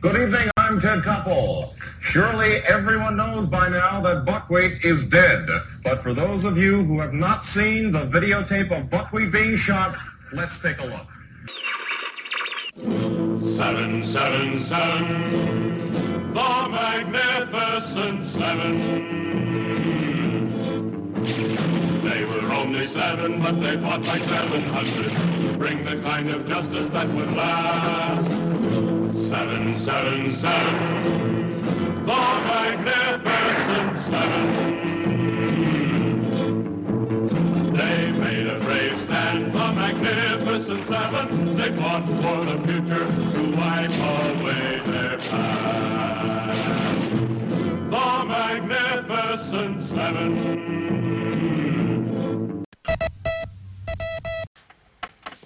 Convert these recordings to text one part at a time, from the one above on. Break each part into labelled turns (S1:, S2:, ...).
S1: Good evening, I'm Ted Koppel. Surely everyone knows by now that buckwheat is dead. But for those of you who have not seen the videotape of buckwheat being shot, let's take a look.
S2: 777, the magnificent seven. They were only seven, but they fought like 700. Bring the kind of justice that would last. 777, the magnificent seven. They made a brave stand, the magnificent seven. They fought for the future to wipe away their past. The magnificent seven.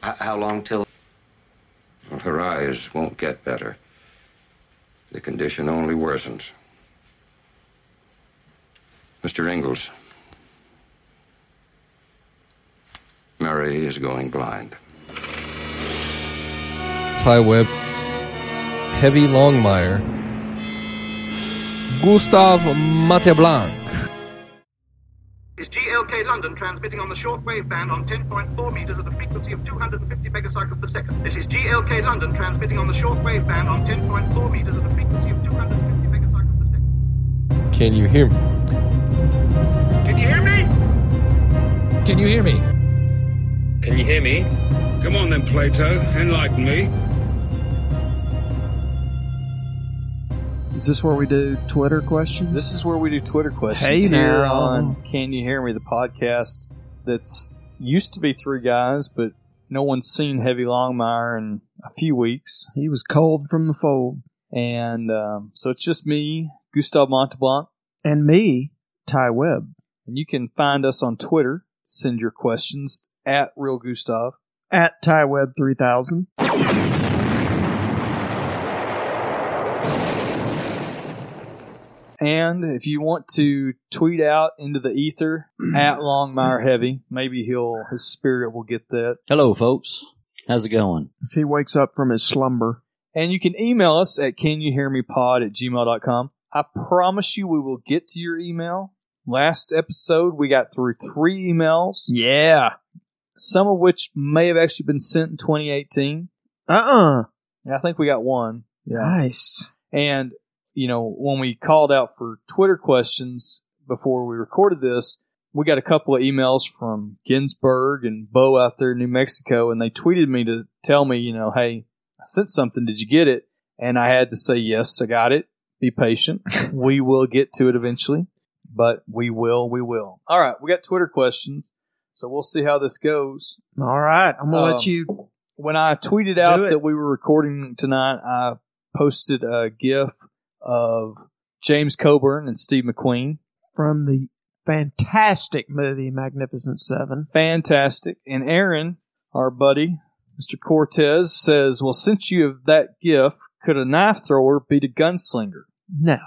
S3: H- how long till? Her eyes won't get better. The condition only worsens. Mr. Ingalls. Mary is going blind.
S4: Ty Webb, Heavy Longmire, Gustav Mateblanc,
S5: is GLK London transmitting on the shortwave band on 10.4 meters at a frequency of 250 megacycles per second. This is GLK London transmitting on the shortwave band on 10.4 meters at a frequency of 250 megacycles per second.
S4: Can you hear me?
S5: Can you hear me?
S4: Can you hear me?
S6: Can you hear me?
S7: Come on then, Plato. Enlighten me.
S8: Is this where we do Twitter questions?
S9: This is where we do Twitter questions
S8: Hey um,
S9: here
S8: now.
S9: on Can You Hear Me, the podcast that's used to be three guys, but no one's seen Heavy Longmire in a few weeks.
S8: he was cold from the fold,
S9: And um, so it's just me, Gustav Monteblanc,
S8: and me, Ty Webb,
S9: and you can find us on Twitter. Send your questions at Real Gustav.
S8: at Ty Webb three thousand.
S9: And if you want to tweet out into the ether at Longmire Heavy, maybe he'll his spirit will get that.
S10: Hello, folks. How's it going?
S8: If he wakes up from his slumber,
S9: And you can email us at canyouhearmepod at gmail.com. I promise you we will get to your email. Last episode, we got through three emails. Yeah. Some of which may have actually been sent in 2018.
S8: uh uh
S9: And I think we got one.
S8: nice.
S9: And, you know, when we called out for Twitter questions before we recorded this, we got a couple of emails from Ginsburg and Bo out there in New Mexico, and they tweeted me to tell me, you know, hey, I sent something. Did you get it? And I had to say, yes, I got it. Be patient. we will get to it eventually, but we will, we will. All right, we got Twitter questions. So we'll see how this goes
S8: All right, I'm gonna
S9: Uh,
S8: let you.
S9: when I tweeted out
S8: Do it.
S9: that we were recording tonight, I posted a GIF of James Coburn and Steve McQueen.
S8: From the fantastic movie Magnificent Seven,
S9: Fantastic. And Aaron, our buddy, Mr. Cortez, says, Well, since you have that GIF, could a knife thrower beat a gunslinger?
S8: no,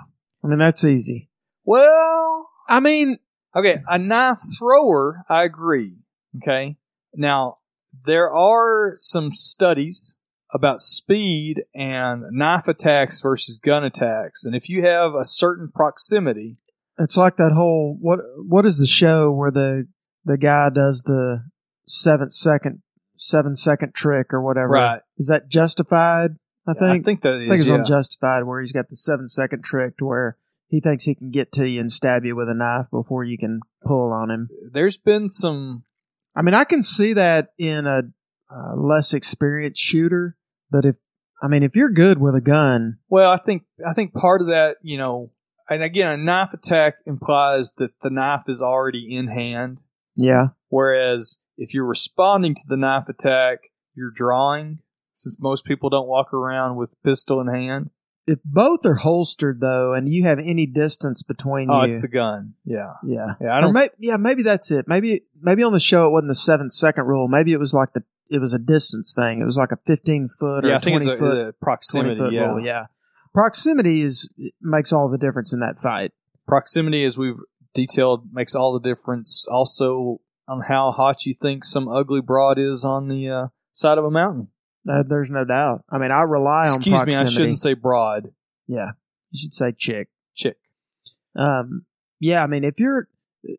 S8: I mean that's easy.
S9: Well,
S8: I mean,
S9: Okay, a knife thrower, I agree. Okay. Now, there are some studies about speed and knife attacks versus gun attacks. And if you have a certain proximity,
S8: it's like that whole what what is the show where the the guy does the seven second seven second trick or whatever?
S9: Right.
S8: Is that justified? I
S9: I
S8: think.
S9: think that is.
S8: I think it's
S9: yeah.
S8: on Justified where he's got the seven second trick to where he thinks he can get to you and stab you with a knife before you can pull on him.
S9: There's been some.
S8: I mean, I can see that in a uh, less experienced shooter, but if I mean, if you're good with a gun,
S9: Well, I think I think part of that, you know, and again, a knife attack implies that the knife is already in hand.
S8: yeah,
S9: Whereas if you're responding to the knife attack, you're drawing, since most people don't walk around with pistol in hand.
S8: if both are holstered though, and you have any distance between
S9: Oh,
S8: you,
S9: it's the gun. Yeah.
S8: yeah,
S9: Yeah, I
S8: Or
S9: don't
S8: may- yeah, maybe that's it. Maybe maybe on the show it wasn't the seven second rule. Maybe it was like the it was a distance thing. It was like a fifteen foot or
S9: yeah, I
S8: a
S9: think
S8: twenty
S9: it's a,
S8: foot.
S9: the proximity.
S8: 20 foot
S9: yeah.
S8: rule, yeah. Proximity is makes all the difference in that fight.
S9: Proximity as we've detailed makes all the difference also on how hot you think some ugly broad is on the uh, side of a mountain.
S8: No, there's no doubt. I mean, I rely on
S9: Excuse me, I
S8: proximity.
S9: shouldn't say broad.
S8: Yeah, you should say chick.
S9: Chick.
S8: Um, yeah, I mean, if you're,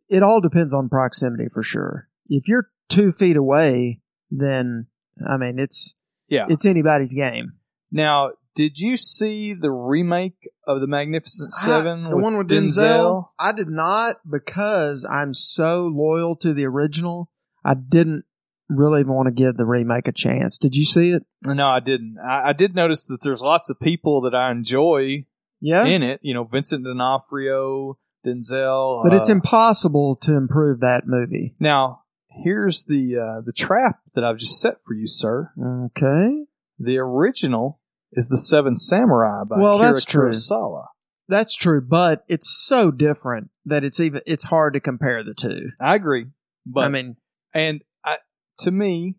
S8: it all depends on proximity for sure. If you're two feet away, then I mean, it's
S9: Yeah.
S8: it's anybody's game.
S9: Now, did you see the remake of the Magnificent
S8: I-
S9: Seven?
S8: Ah, the one with Denzel. I did not because I'm so loyal to the original. I didn't really want to give the remake a chance. Did you see it?
S9: No, I didn't. I, I did notice that there's lots of people that I enjoy
S8: Yeah,
S9: in it. You know, Vincent D'Onofrio, Denzel.
S8: but it's
S9: uh,
S8: impossible to improve that movie.
S9: now. Here's the uh, the trap that I've just set for you, sir.
S8: Okay,
S9: The original is the Seven Samurai by
S8: Well,
S9: Akira
S8: that's true.
S9: Kurosawa.
S8: that's true, but it's so different that it's even it's hard to compare the two.
S9: I agree, but
S8: I mean,
S9: And I, to me,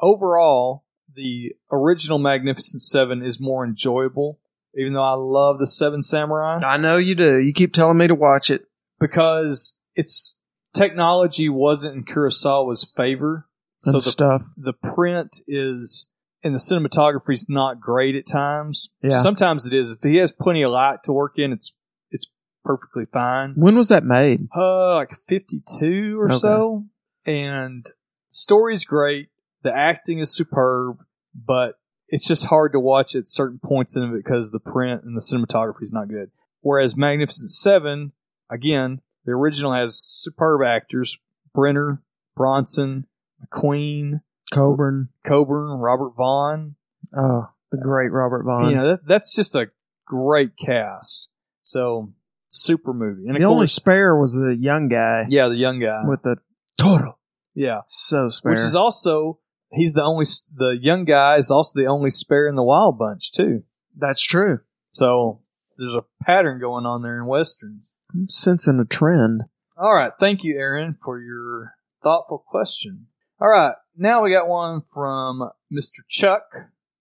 S9: overall, the original Magnificent Seven is more enjoyable, even though I love the Seven Samurai,
S8: I know you do. You keep telling me to watch it.
S9: because it's technology wasn't in Kurosawa's favor. So the,
S8: and stuff.
S9: the print is, and the cinematography's not great at times.
S8: Yeah.
S9: Sometimes it is. If he has plenty of light to work in, it's it's perfectly fine.
S8: When was that made?
S9: uh, like 52 or
S8: Okay.
S9: so. And story's great. The acting is superb, but it's just hard to watch at certain points in it because the print and the cinematography is not good. Whereas Magnificent Seven, again, the original has superb actors Brenner, Bronson, McQueen,
S8: Coburn.
S9: Coburn, Robert Vaughn.
S8: Oh, the great Robert Vaughn.
S9: You know, that, that's just a great cast. So, super movie. And
S8: the
S9: of
S8: only
S9: course,
S8: spare was the young guy
S9: yeah, the young guy.
S8: with the toro.
S9: yeah.
S8: So spare.
S9: which is also he's the only the young guy is also the only spare in the wild bunch too.
S8: That's true.
S9: So there's a pattern going on there in westerns.
S8: I'm sensing a trend.
S9: All right, thank you, Aaron, for your thoughtful question. All right, now we got one from Mr. Chuck.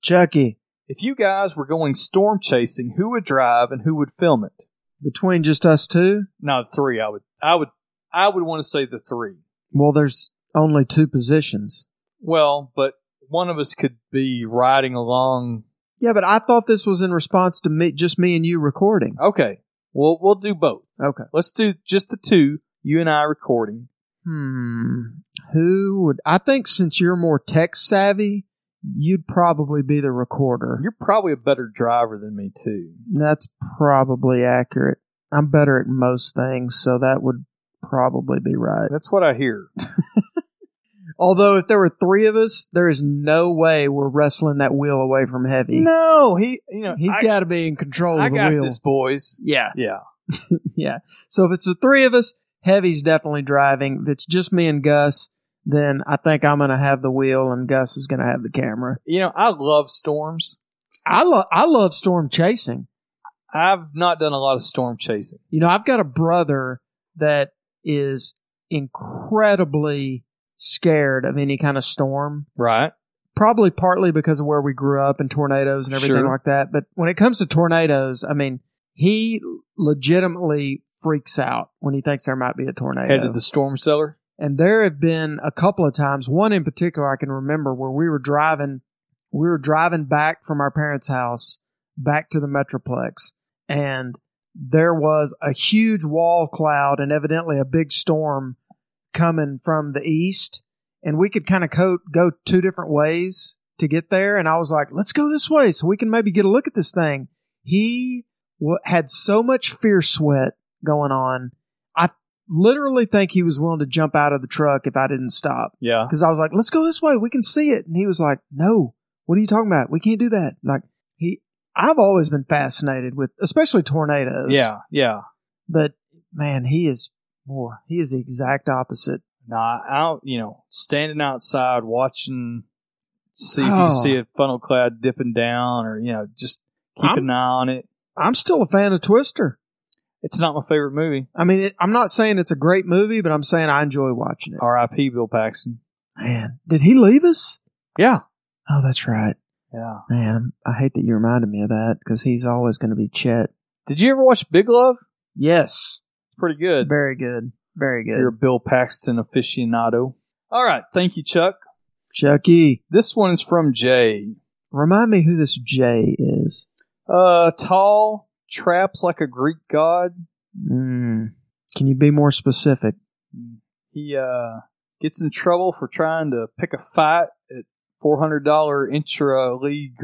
S8: Chucky,
S9: If you guys were going storm chasing, who would drive and who would film it?
S8: between just us two,
S9: No, the three. I would, I would, I would want to say the three.
S8: well, there's only two positions.
S9: Well, but one of us could be riding along
S8: Yeah, but I thought this was in response to me, just me and you recording.
S9: Okay. Well, we'll do both.
S8: Okay.
S9: Let's do just the two, you and I recording.
S8: Hmm. Who would? I think since you're more tech savvy, you'd probably be the recorder.
S9: You're probably a better driver than me, too.
S8: That's probably accurate. I'm better at most things, so that would probably be right.
S9: That's what I hear.
S8: Although, if there were three of us, there is no way we're wrestling that wheel away from heavy.
S9: No, he, you know,
S8: He's
S9: I,
S8: got to be in control
S9: I
S8: of the
S9: got
S8: wheel.
S9: this, boys.
S8: Yeah,
S9: Yeah.
S8: yeah. So if it's the three of us, heavy's definitely driving. If it's just me and Gus, then I think I'm going to have the wheel, and Gus is going to have the camera.
S9: You know, I love storms.
S8: I love I love storm chasing.
S9: I've not done a lot of storm chasing.
S8: You know, I've got a brother that is incredibly scared of any kind of storm,
S9: Right.
S8: probably partly because of where we grew up and tornadoes and everything
S9: Sure.
S8: like that. But when it comes to tornadoes, I mean, he legitimately freaks out when he thinks there might be a
S9: Headed to
S8: tornado.
S9: the storm cellar.
S8: And there have been a couple of times, one in particular I can remember where we were driving we were driving back from our parents' house back to the Metroplex and there was a huge wall cloud and evidently a big storm coming from the east and we could kind of co- go two different ways to get there and I was like, "Let's go this way so we can maybe get a look at this thing." He w- had so much fear sweat going on literally think he was willing to jump out of the truck if I didn't stop.
S9: Yeah.
S8: Because I was like, let's go this way. We can see it. And he was like, no, what are you talking about? We can't do that. Like, he, I've always been fascinated with, especially tornadoes.
S9: Yeah. Yeah.
S8: But man, he is more, he is the exact opposite.
S9: No, I out, you know, standing outside watching, see if you
S8: Oh.
S9: can see a funnel cloud dipping down or, you know, just keep
S8: I'm-
S9: an eye on it.
S8: I'm still a fan of Twister.
S9: It's not my favorite movie.
S8: I mean, it, I'm not saying it's a great movie, but I'm saying I enjoy watching it.
S9: R.I.P. Bill Paxton.
S8: Man, did he leave us?
S9: Yeah.
S8: Oh, that's right.
S9: Yeah.
S8: Man, I hate that you reminded me of that because he's always going to be Chet.
S9: Did you ever watch Big Love?
S8: Yes.
S9: It's pretty good.
S8: Very good. Very good.
S9: You're a Bill Paxton aficionado. All right. Thank you, Chuck.
S8: Chucky.
S9: This one is from Jay.
S8: Remind me who this J is.
S9: Uh, tall, traps like a Greek god.
S8: Mm. Can you be more specific?
S9: He uh, gets in trouble for trying to pick a fight at $400 intra league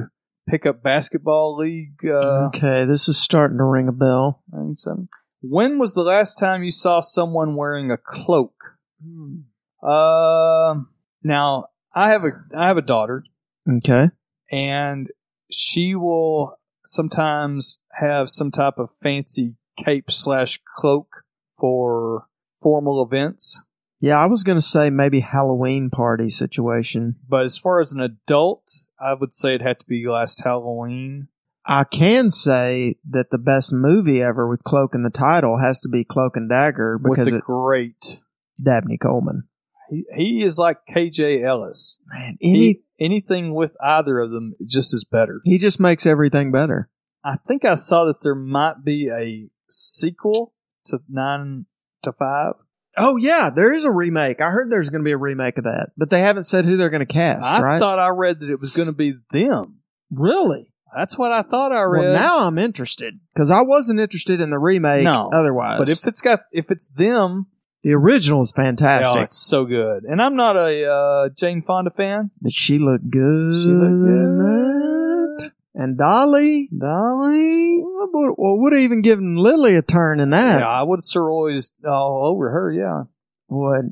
S9: pickup basketball league. Uh,
S8: okay, this is starting to ring a bell.
S9: and some- When was the last time you saw someone wearing a cloak?
S8: Hmm.
S9: Um. now I have a I have a daughter,
S8: Okay.
S9: and she will sometimes have some type of fancy cape slash cloak for formal events.
S8: Yeah, I was going to say maybe Halloween party situation.
S9: But as far as an adult, I would say it had to be last Halloween.
S8: I can say that the best movie ever with Cloak in the title has to be Cloak and Dagger because
S9: with the
S8: it's
S9: great,
S8: Dabney Coleman.
S9: he, he is like KJ Ellis.
S8: Man,
S9: Any,
S8: any
S9: anything with either of them just is better.
S8: he just makes everything better.
S9: I think I saw that there might be a sequel to Nine to Five.
S8: Oh yeah, there is a remake. I heard there's going to be a remake of that, but they haven't said who they're going to cast.
S9: I
S8: right?
S9: thought I read that it was going to be them.
S8: really.
S9: That's what I thought I read.
S8: Well, now I'm interested because I wasn't interested in the remake.
S9: No,
S8: otherwise,
S9: but if it's got if it's them,
S8: the original is fantastic,
S9: oh, it's so good. And I'm not a uh, Jane Fonda fan.
S8: but she looked good.
S9: She looked
S8: in that. And Dolly, Dolly. Well, would have even given Lily a turn in that.
S9: Yeah, I would soroys all over her. Yeah,
S8: What?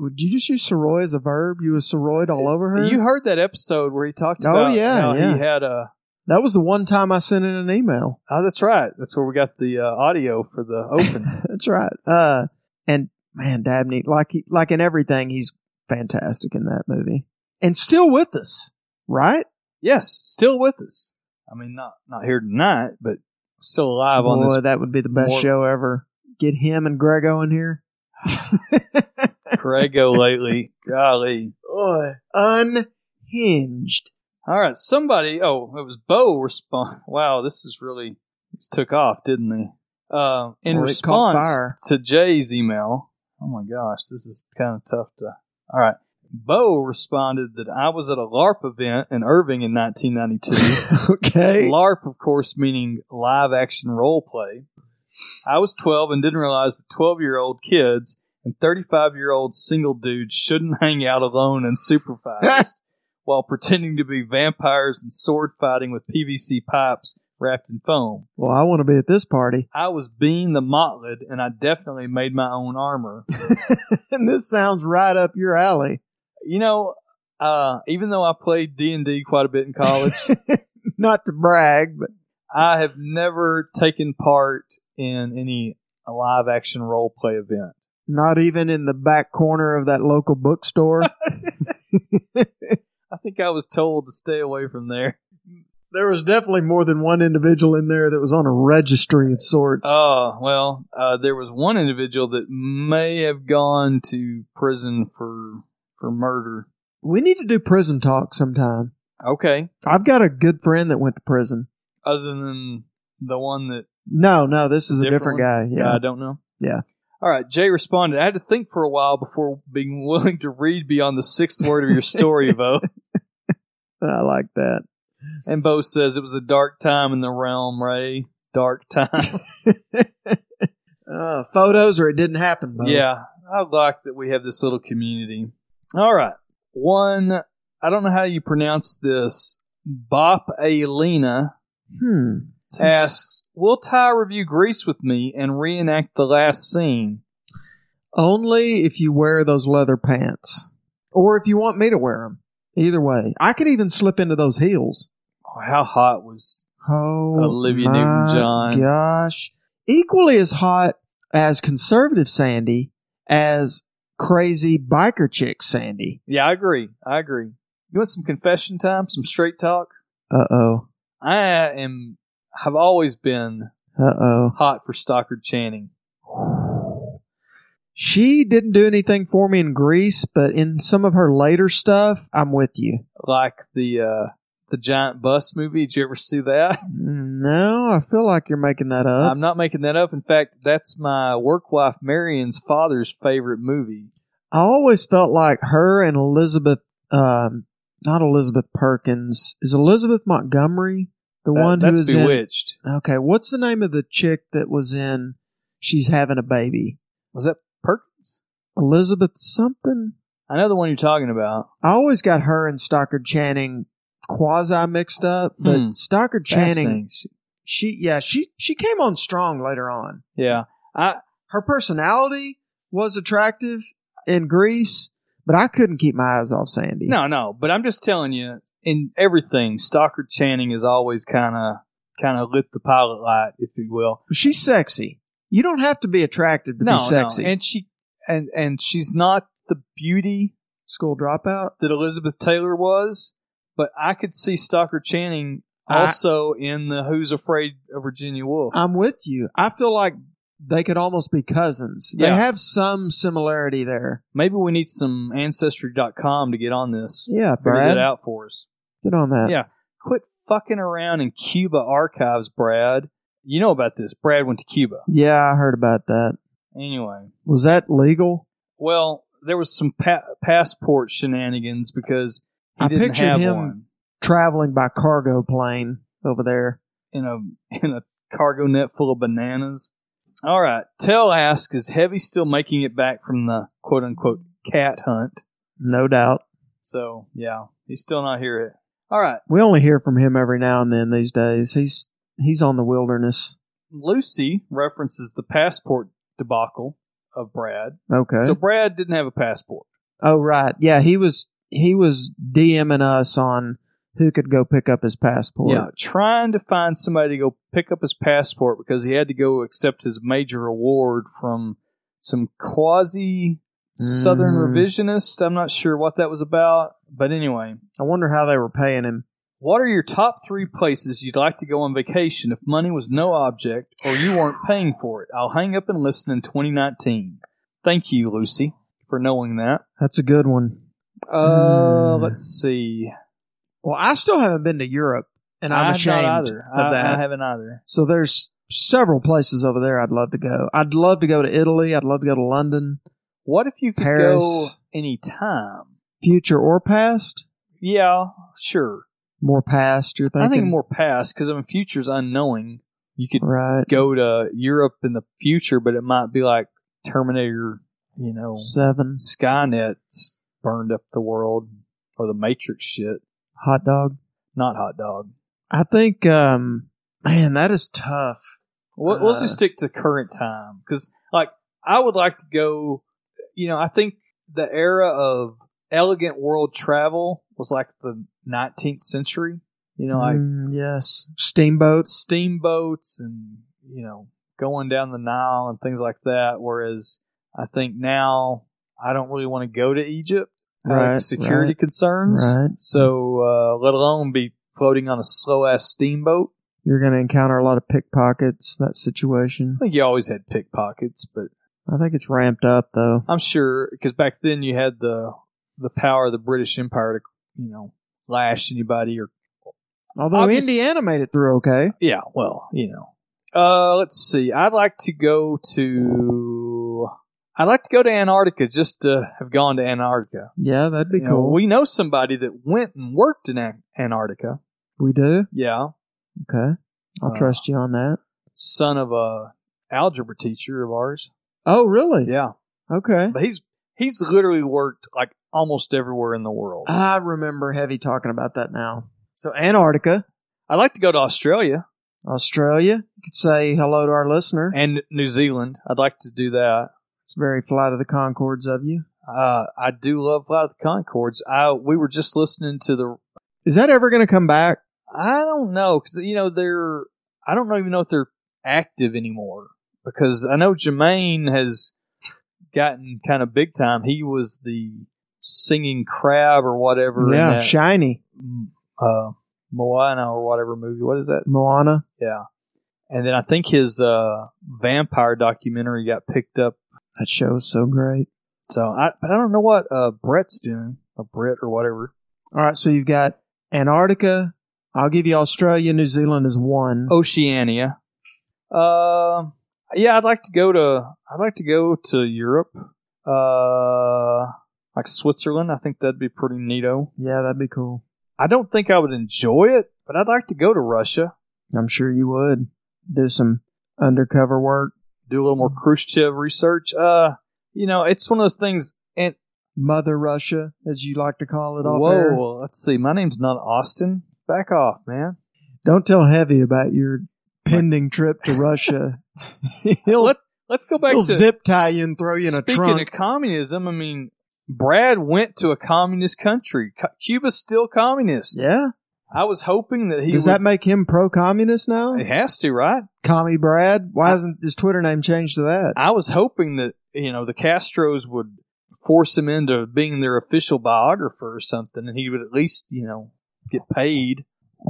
S8: Would you just use soroy as a verb? You was soroyed all over her.
S9: you heard that episode where he talked
S8: Oh,
S9: about
S8: yeah,
S9: how
S8: yeah.
S9: he had a.
S8: that was the one time I sent in an email.
S9: Oh, that's right. That's where we got the uh, audio for the open.
S8: That's right. Uh, and man, Dabney, like he, like in everything, he's fantastic in that movie, and still with us, right?
S9: yes, still with us. I mean, not not here tonight, but still alive on
S8: Boy,
S9: this
S8: that would be the best
S9: more-
S8: show ever. Get him and Grego in here.
S9: Prego lately. Golly.
S8: Boy, unhinged.
S9: All right, somebody. Oh, it was Bo respond. Wow, this is really this took off, didn't they? Uh, in
S8: Well, it caught
S9: response
S8: fire.
S9: to Jay's email. Oh my gosh, this is kind of tough to. All right, Bo responded that I was at a LARP event in Irving in 1992.
S8: okay.
S9: LARP, of course, meaning live action role play. I was 12 and didn't realize that 12 year old kids and 35 year old single dudes shouldn't hang out alone and supervised while pretending to be vampires and sword fighting with PVC pipes wrapped in foam.
S8: Well, I want to be at this party,
S9: I was being the motlid and I definitely made my own armor.
S8: and this sounds right up your alley.
S9: You know, uh, even though I played D&D quite a bit in college,
S8: Not to brag, but
S9: I have never taken part in any live action role play event.
S8: not even in the back corner of that local bookstore.
S9: I think I was told to stay away from there.
S8: there was definitely more than one individual in there that was on a registry of sorts.
S9: Oh, well, uh, there was one individual that may have gone to prison for for murder.
S8: We need to do prison talk sometime.
S9: Okay.
S8: I've got a good friend that went to prison.
S9: Other than the one that
S8: No, no, this is a
S9: Different
S8: different, guy. Yeah.
S9: I don't know.
S8: Yeah.
S9: All right, Jay responded. I had to think for a while before being willing to read beyond the sixth word of your story, Bo.
S8: I like that.
S9: And Bo says it was a dark time in the realm, Ray. Dark time.
S8: Uh, photos or it didn't happen. Bo.
S9: Yeah, I like that we have this little community. All right. One, I don't know how you pronounce this. Bop Alina
S8: Hmm.
S9: asks, Will Ty review Grease with me and reenact the last scene?
S8: Only if you wear those leather pants, or if you want me to wear them. Either way, I could even slip into those heels.
S9: Oh, how hot was.
S8: Oh,
S9: Olivia
S8: my
S9: Newton-John.
S8: Gosh, equally as hot as conservative Sandy as crazy biker chick Sandy.
S9: Yeah, I agree. I agree. You want some confession time, some straight talk?
S8: Uh oh.
S9: I am. have always been
S8: Uh oh.
S9: hot for Stockard Channing.
S8: She didn't do anything for me in Greece, but in some of her later stuff, I'm with you.
S9: Like the uh, the giant bus movie. Did you ever see that?
S8: No, I feel like you're making that up.
S9: I'm not making that up. In fact, that's my work wife Marion's father's favorite movie.
S8: I always felt like her and Elizabeth um, not Elizabeth Perkins. Is Elizabeth Montgomery the
S9: That-
S8: one who
S9: that's
S8: is
S9: bewitched.
S8: in? Okay, what's the name of the chick that was in? She's having a baby.
S9: Was that Perkins?
S8: Elizabeth something.
S9: I know the one you're talking about.
S8: I always got her and Stockard Channing quasi mixed up, but
S9: Hmm.
S8: Stockard Channing,
S9: Fascinating.
S8: she yeah, she she came on strong later on.
S9: Yeah. I
S8: Her personality was attractive in Greece, but I couldn't keep my eyes off Sandy.
S9: no no, but I'm just telling you, in everything, Stockard Channing is always kind of kind of lit the pilot light, if you will.
S8: she's sexy. You don't have to be attractive to
S9: no,
S8: be sexy.
S9: no, and she and and she's not the beauty
S8: School dropout.
S9: that Elizabeth Taylor was, but I could see Stockard Channing
S8: I-
S9: also in the Who's Afraid of Virginia Woolf.
S8: I'm with you. I feel like they could almost be cousins. They
S9: Yeah.
S8: have some similarity there.
S9: Maybe we need some ancestry.com to get on this.
S8: Yeah,
S9: Figure
S8: Brad.
S9: that out for us.
S8: Get on that.
S9: Yeah. Quit fucking around in Cuba archives, Brad. You know about this. Brad went to Cuba.
S8: Yeah, I heard about that.
S9: Anyway,
S8: Was that legal?
S9: well, there was some pa- passport shenanigans because he
S8: I
S9: didn't
S8: pictured
S9: have
S8: him-
S9: one
S8: Traveling by cargo plane over there.
S9: in a in a cargo net full of bananas. All right, Tell asks is Heavy still making it back from the quote unquote cat hunt?
S8: No doubt.
S9: So yeah, he's still not here yet. All right,
S8: We only hear from him every now and then these days. He's he's on the wilderness.
S9: Lucy references the passport debacle of Brad.
S8: Okay.
S9: So Brad didn't have a passport.
S8: oh right. Yeah, he was he was DMing us on who could go pick up his passport.
S9: Yeah, trying to find somebody to go pick up his passport because he had to go accept his major award from some quasi Southern
S8: Mm.
S9: revisionist. I'm not sure what that was about, but anyway,
S8: I wonder how they were paying him.
S9: what are your top three places you'd like to go on vacation if money was no object or you weren't paying for it? I'll hang up and listen in 2019. Thank you, Lucy, for knowing that.
S8: That's a good one.
S9: Uh,
S8: Mm.
S9: let's see.
S8: Well, I still haven't been to Europe, and
S9: I
S8: I'm
S9: have not
S8: ashamed
S9: either.
S8: of
S9: I,
S8: that.
S9: I haven't either.
S8: so there's several places over there I'd love to go. I'd love to go to Italy. I'd love to go to London,
S9: What if you could
S8: Paris.
S9: go any time?
S8: future or past.
S9: Yeah, sure.
S8: More past, you're thinking?
S9: I think more past because I mean, future's unknowing. You could
S8: right.
S9: go to Europe in the future, but it might be like Terminator, you know,
S8: Seven
S9: Skynet's burned up the world or the Matrix shit.
S8: hot dog.
S9: Not hot dog.
S8: I think, um, man, that is tough.
S9: We'll, we'll just
S8: Uh.
S9: stick to current time because, like, I would like to go. You know, I think the era of elegant world travel was like the 19th century. You know, like
S8: Mm, yes, steamboats.
S9: steamboats and you know going down the Nile and things like that. Whereas I think now I don't really want to go to Egypt, out of
S8: Right,
S9: security concerns.
S8: right.
S9: So uh, let alone be floating on a slow ass steamboat.
S8: You're going to encounter a lot of pickpockets. That situation.
S9: I think you always had pickpockets, but
S8: I think it's ramped up though.
S9: I'm sure because back then you had the the power of the British Empire to you know lash anybody or
S8: Although
S9: Obvious-
S8: Indiana made it through okay.
S9: yeah, well, you know. Uh, let's see. I'd like to go to. I'd like to go to Antarctica just to have gone to Antarctica.
S8: Yeah, that'd be
S9: You know,
S8: cool.
S9: we know somebody that went and worked in An- Antarctica.
S8: we do.
S9: Yeah,
S8: Okay. I'll
S9: Uh,
S8: trust you on that.
S9: son of a algebra teacher of ours.
S8: Oh, really?
S9: Yeah,
S8: Okay.
S9: but he's he's literally worked like almost everywhere in the world.
S8: I remember Heavy talking about that now. So, Antarctica,
S9: I'd like to go to Australia
S8: Australia. You could say hello to our listener.
S9: and New Zealand. I'd like to do that.
S8: It's very flight of the Concords of you.
S9: Uh, I do love a lot of the Concords. I we were just listening to the
S8: Is that ever going to come back?
S9: I don't know because you know they're I don't even know if they're active anymore because I know Jermaine has gotten kind of big time. He was the singing crab or whatever.
S8: yeah.
S9: in that,
S8: Shiny.
S9: uh, Moana or whatever movie. What is that?
S8: Moana.
S9: Yeah, and then I think his uh, vampire documentary got picked up.
S8: That show is so great.
S9: So I but I don't know what uh, Brett's doing or Brett or whatever.
S8: All right. So, you've got Antarctica. I'll give you Australia. New Zealand is one.
S9: Oceania. Uh, yeah, I'd like to go to I'd like to go to Europe. Uh, I like Switzerland. I think that'd be pretty neato.
S8: Yeah, that'd be cool.
S9: I don't think I would enjoy it, but I'd like to go to Russia.
S8: I'm sure you would do some undercover work,
S9: do a little more Khrushchev research. Uh, you know, it's one of those things. And
S8: Mother Russia, as you like to call it. Off
S9: whoa,
S8: air.
S9: let's see. My name's not Austin. Back off, man.
S8: Don't tell Heavy about your pending trip to Russia.
S9: he'll Let, us go back
S8: he'll
S9: to
S8: zip tie you and throw you in a
S9: speaking
S8: trunk.
S9: of communism. I mean, Brad went to a communist country. Co- Cuba's still communist.
S8: yeah.
S9: I was hoping that he
S8: Does
S9: would,
S8: that make him pro communist now?
S9: It has to, right?
S8: Commie Brad? Why isn't his Twitter name changed to that?
S9: I was hoping that you know the Castros would force him into being their official biographer or something, and he would at least you know get paid.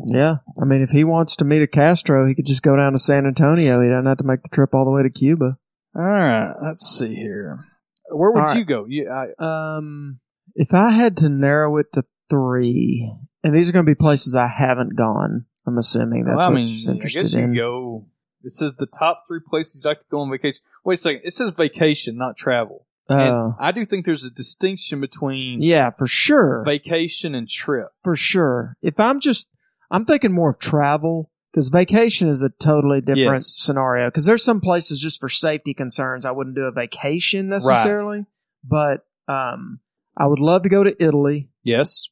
S8: Yeah. I mean, if he wants to meet a Castro, he could just go down to San Antonio. He doesn't have to make the trip all the way to Cuba.
S9: All right, let's see here. Where would
S8: All right.
S9: you go? You, I,
S8: Um, if I had to narrow it to three, and these are going to be places I haven't gone. I'm assuming that's
S9: well, I
S8: what
S9: mean,
S8: she's
S9: I
S8: interested
S9: guess you
S8: in.
S9: go. It says the top three places you'd like to go on vacation. Wait a second. It says vacation, not travel. And
S8: Uh,
S9: I do think there's a distinction between
S8: yeah, for sure,
S9: vacation and trip.
S8: for sure. If I'm just, I'm thinking more of travel because vacation is a totally different
S9: Yes.
S8: scenario. Because there's some places just for safety concerns, I wouldn't do a vacation necessarily, but um, I would love to go to Italy.
S9: Yes.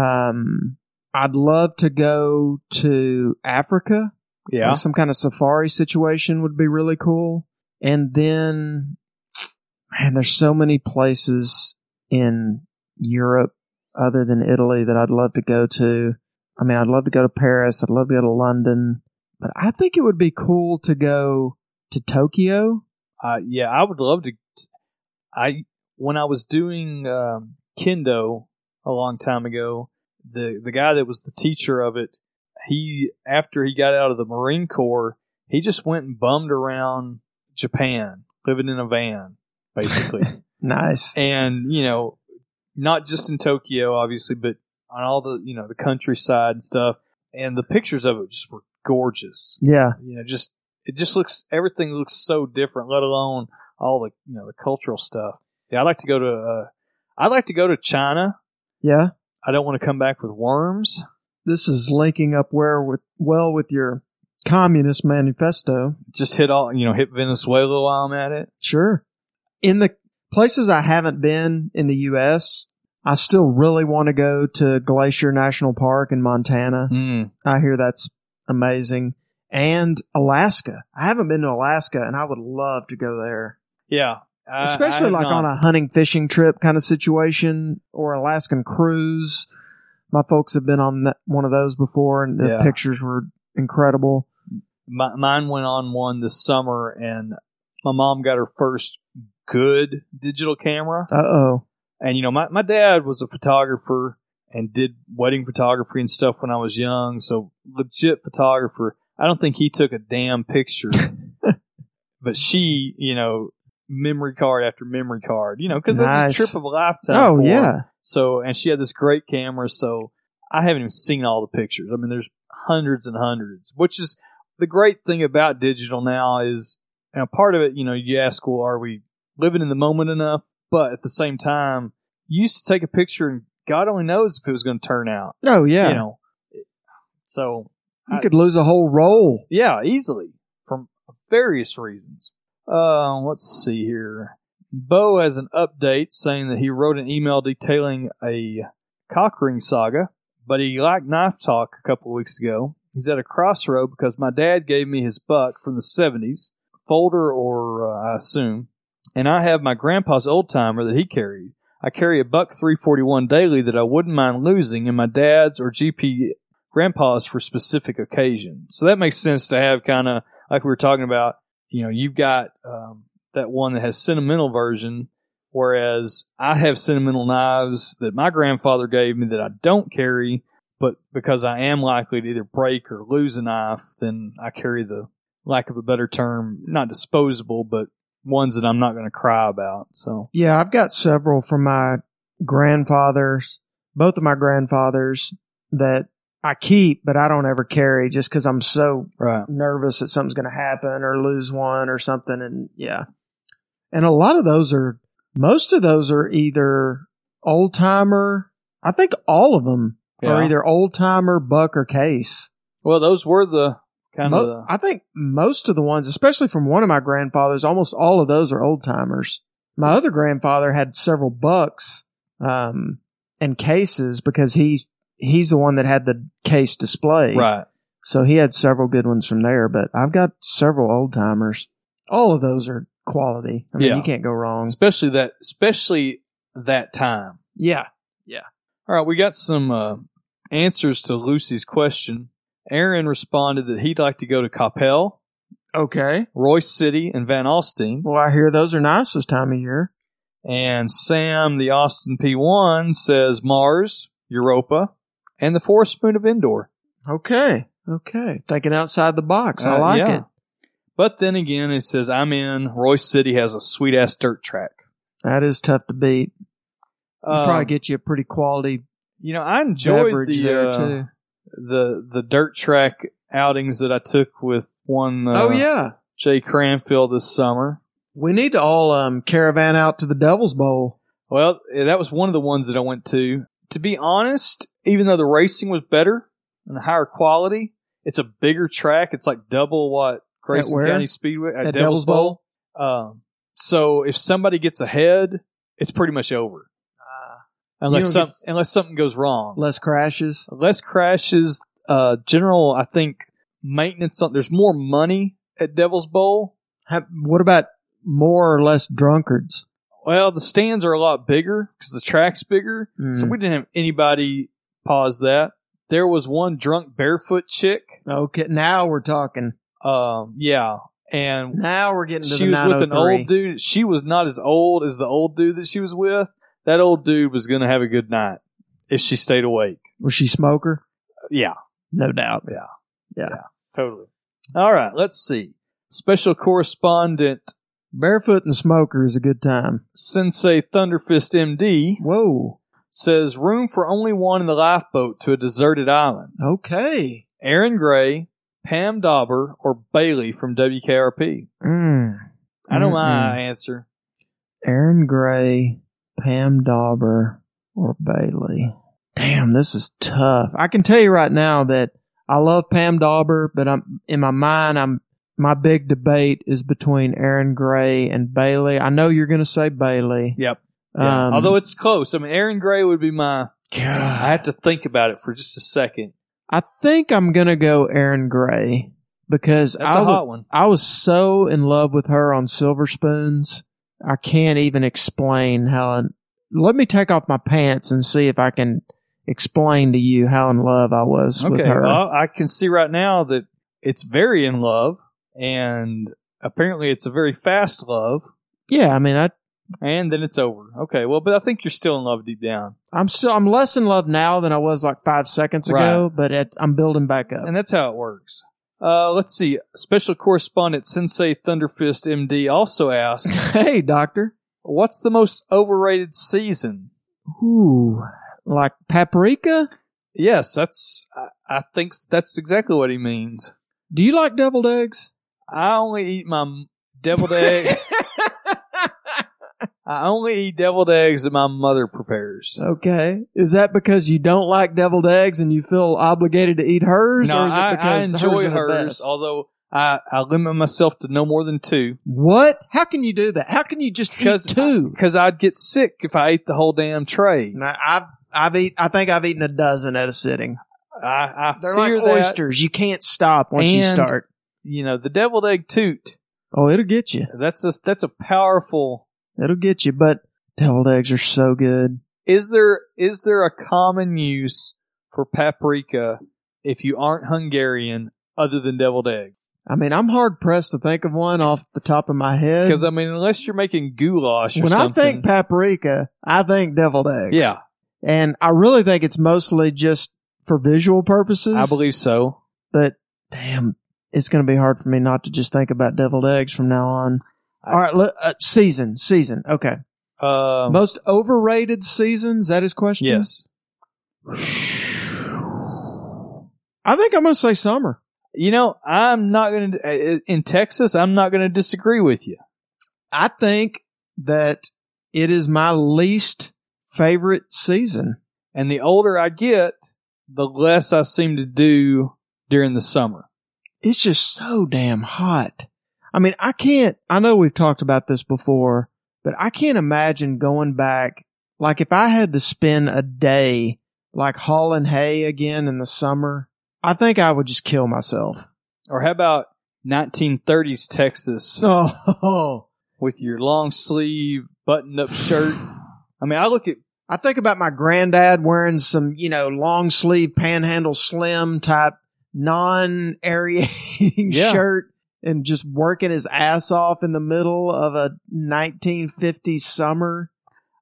S8: Um, I'd love to go to Africa.
S9: Yeah.
S8: Like some kind of safari situation would be really cool. And then, man, there's so many places in Europe other than Italy that I'd love to go to. I mean, I'd love to go to Paris. I'd love to go to London. But I think it would be cool to go to Tokyo.
S9: Uh, yeah, I would love to. I when I was doing um, kendo a long time ago, the the guy that was the teacher of it, he after he got out of the Marine Corps, he just went and bummed around Japan, living in a van basically,
S8: Nice.
S9: and you know, not just in Tokyo obviously, but on all the you know the countryside and stuff. And the pictures of it just were gorgeous
S8: Yeah.
S9: you know just it just looks everything looks so different let alone all the you know the cultural stuff yeah i'd like to go to uh, i'd like to go to china
S8: Yeah.
S9: i don't want to come back with worms
S8: This is linking up where with well with your communist manifesto.
S9: just hit all you know hit venezuela while i'm at it
S8: Sure. In the places I haven't been in the U.S., I still really want to go to Glacier National Park in Montana.
S9: mm.
S8: I hear that's amazing. And Alaska. I haven't been to Alaska and I would love to go there.
S9: yeah I-
S8: Especially
S9: I have
S8: like
S9: not.
S8: on a hunting fishing trip kind of situation or Alaskan cruise. My folks have been on that, one of those before and the
S9: Yeah.
S8: pictures were incredible.
S9: Mi- mine went on one this summer and my mom got her first good digital camera
S8: Uh oh.
S9: And you know, my, my dad was a photographer and did wedding photography and stuff when I was young, so legit photographer. I don't think he took a damn picture. but she, you know, memory card after memory card, you know, because
S8: Nice.
S9: that's a trip of a lifetime.
S8: Oh,
S9: for her.
S8: yeah.
S9: So, and she had this great camera, so I haven't even seen all the pictures. I mean, there's hundreds and hundreds, which is the great thing about digital now is, and a part of it, you know, you ask, well, are we living in the moment enough? But at the same time, you used to take a picture and God only knows if it was going to turn out,
S8: Oh, yeah.
S9: you know. So,
S8: you could lose a whole roll.
S9: yeah, easily from various reasons. Uh, let's see here. Bo has an update saying that he wrote an email detailing a cockring saga, but he liked knife talk a couple of weeks ago. He's at a crossroad because my dad gave me his buck from the 70s, folder or uh, I assume, and I have my grandpa's old timer that he carried. I carry a buck 341 daily that I wouldn't mind losing, and my dad's or GP grandpa's for specific occasion. So that makes sense to have kind of like we were talking about. You know, you've got um, that one that has sentimental version, whereas I have sentimental knives that my grandfather gave me that I don't carry, but because I am likely to either break or lose a knife, then I carry the lack of a better term, not disposable, but ones that I'm not going to cry about. So
S8: Yeah, I've got several from my grandfathers, both of my grandfathers that I keep, but I don't ever carry just because I'm so
S9: right,
S8: nervous that something's going to happen or lose one or something. And yeah. And a lot of those are, most of those are either old timer. I think all of them are
S9: Yeah.
S8: either old timer, buck, or case.
S9: Well, those were the kind
S8: Mo-
S9: of the,
S8: I think most of the ones, especially from one of my grandfathers, almost all of those are old timers. My other grandfather had several bucks um, and cases because he he's the one that had the case display,
S9: right.
S8: So he had several good ones from there. But I've got several old timers. All of those are quality. I mean,
S9: Yeah.
S8: you can't go wrong.
S9: Especially that, especially that time.
S8: Yeah,
S9: All right, we got some uh, answers to Lucy's question. Aaron responded that he'd like to go to Coppell,
S8: okay.
S9: Royce City, and Van Alstine.
S8: Well, I hear those are nice this time of year.
S9: And Sam, the Austin P1, says Mars, Europa, and the Forest Moon of Endor.
S8: Okay, okay. Thinking outside the box.
S9: Uh,
S8: I like it.
S9: But then again, it says I'm in. Royce City has a sweet ass dirt track.
S8: That is tough to beat. We'll
S9: Um,
S8: probably get you a pretty quality
S9: You know, I enjoyed
S8: beverage
S9: the
S8: there
S9: uh,
S8: too.
S9: the the dirt track outings that I took with one. Uh,
S8: oh yeah,
S9: Jay Cranfield this summer.
S8: we need to all um, caravan out to the Devil's Bowl.
S9: Well, that was one of the ones that I went to. To be honest, even though the racing was better and the higher quality, it's a bigger track. It's like double what Grayson
S8: where?
S9: County Speedway at,
S8: At
S9: Devil's
S8: Devil's
S9: Bowl. Um, so if somebody gets ahead, it's pretty much over. unless
S8: Ah. don't
S9: some,
S8: get s-
S9: unless something goes wrong,
S8: Less crashes.
S9: less crashes. Uh, general, I think maintenance. On, there's more money at Devil's Bowl,
S8: Ha- What about more or less drunkards?
S9: Well, the stands are a lot bigger because the track's bigger, so
S8: Mm.
S9: we didn't have anybody pause that. There was one drunk barefoot chick.
S8: Okay, now we're talking.
S9: Um, yeah, and
S8: Now we're getting to
S9: she
S8: the
S9: was with an
S8: 903.
S9: old dude. She was not as old as the old dude that she was with. That old dude was going to have a good night if she stayed awake.
S8: Was she smoker?
S9: Yeah,
S8: No doubt.
S9: Yeah.
S8: yeah.
S9: totally. All right, let's see. Special correspondent
S8: Barefoot and smoker is a good time.
S9: Sensei Thunderfist MD
S8: Whoa.
S9: says room for only one in the lifeboat to a deserted island.
S8: Okay.
S9: Aaron Gray, Pam Dauber, or Bailey from WKRP?
S8: Mm.
S9: I know
S8: Mm-mm.
S9: my answer.
S8: Aaron Gray, Pam Dauber, or Bailey. Damn, this is tough. I can tell you right now that I love Pam Dauber, but I'm in my mind. I'm my big debate is between Aaron Gray and Bailey. I know you're going to say Bailey.
S9: Yep. Yeah.
S8: Um,
S9: Although it's close. I mean, Aaron Gray would be my. I
S8: God,
S9: have to think about it for just a second.
S8: I think I'm going to go Aaron Gray because
S9: That's
S8: I
S9: a
S8: wa-
S9: hot one.
S8: I was so in love with her on Silver Spoons. I can't even explain how. Let me take off my pants and see if I can explain to you how in love I was with
S9: Okay.
S8: her.
S9: Well, I can see right now that it's very in love, and apparently it's a very fast love,
S8: yeah, I mean, I
S9: and then it's over. Okay. Well, but I think you're still in love deep down.
S8: I'm still I'm less in love now than I was like five seconds ago, but it, I'm building back up.
S9: And that's how it works. Uh, let's see. Special correspondent Sensei Thunderfist MD also asked.
S8: hey, doctor.
S9: What's the most overrated season?
S8: Ooh, like paprika?
S9: Yes, that's. I, I think that's exactly what he means.
S8: Do you like deviled eggs?
S9: I only eat my m- deviled egg. I only eat deviled eggs that my mother prepares.
S8: Okay. Is that because you don't like deviled eggs and you feel obligated to eat hers?
S9: No,
S8: or is it
S9: I, I
S8: because
S9: enjoy
S8: hers,
S9: hers,
S8: are the best?
S9: although I, I limit myself to no more than two
S8: What? How can you do that? How can you just eat two?
S9: because I'd get sick if I ate the whole damn tray.
S8: I, have I've eat. I think I've eaten a dozen at a sitting.
S9: I, I
S8: They're
S9: fear
S8: like
S9: that,
S8: oysters. You can't stop once you
S9: And-
S8: start.
S9: You know, the deviled egg toot.
S8: Oh, it'll get you.
S9: That's a that's a powerful
S8: It'll get you. But deviled eggs are so good.
S9: is there is there a common use for paprika if you aren't Hungarian other than deviled egg?
S8: I mean, I'm hard pressed to think of one off the top of my head.
S9: Because I mean, unless you're making goulash or
S8: when I
S9: something,
S8: think paprika, I think deviled eggs.
S9: yeah,
S8: and I really think it's mostly just for visual purposes.
S9: I believe so.
S8: but damn, it's going to be hard for me not to just think about deviled eggs from now on. All right, let, uh, season, season. Okay,
S9: Um,
S8: most overrated seasons. That is question.
S9: yes,
S8: I think I'm going to say summer.
S9: you know, I'm not going to eh, in Texas. I'm not going to disagree with you.
S8: I think that it is my least favorite season.
S9: And the older I get, the less I seem to do during the summer.
S8: It's just so damn hot. I mean, I can't, I know we've talked about this before, but I can't imagine going back. Like if I had to spend a day like hauling hay again in the summer, I think I would just kill myself.
S9: Or how about 1930s Texas
S8: Oh,
S9: with your long sleeve buttoned up shirt? I mean, I look at
S8: I think about my granddad wearing some, you know, long sleeve panhandle slim type non aerating
S9: Yeah.
S8: shirt and just working his ass off in the middle of a 1950s summer.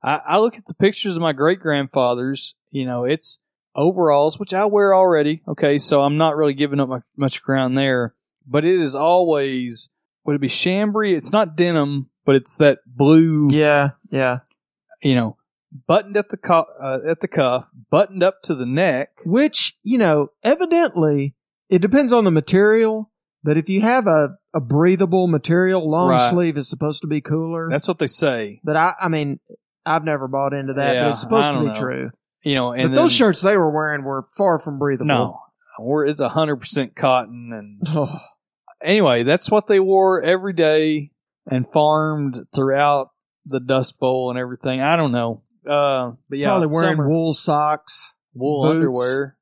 S9: I, I look at the pictures of my great grandfathers. You know, it's overalls, which I wear already. Okay, so I'm not really giving up my, much ground there. But it is always would it be chambray? It's not denim, but it's that blue.
S8: Yeah, yeah.
S9: You know, buttoned at the co- uh, at the cuff, buttoned up to the neck.
S8: Which, you know, evidently it depends on the material, but if you have a, a breathable material, long
S9: Right.
S8: sleeve is supposed to be cooler.
S9: That's what they say.
S8: but I, I mean, I've never bought into that,
S9: Yeah,
S8: but it's supposed
S9: I
S8: to
S9: don't
S8: be
S9: know.
S8: true.
S9: You know, and
S8: but those
S9: then-
S8: shirts they were wearing were far from breathable.
S9: no, or it's hundred percent cotton and
S8: Oh,
S9: anyway, that's what they wore every day and farmed throughout the Dust Bowl and everything. I don't know. Uh, but yeah,
S8: probably wearing
S9: summer
S8: wool socks.
S9: wool
S8: boots.
S9: underwear.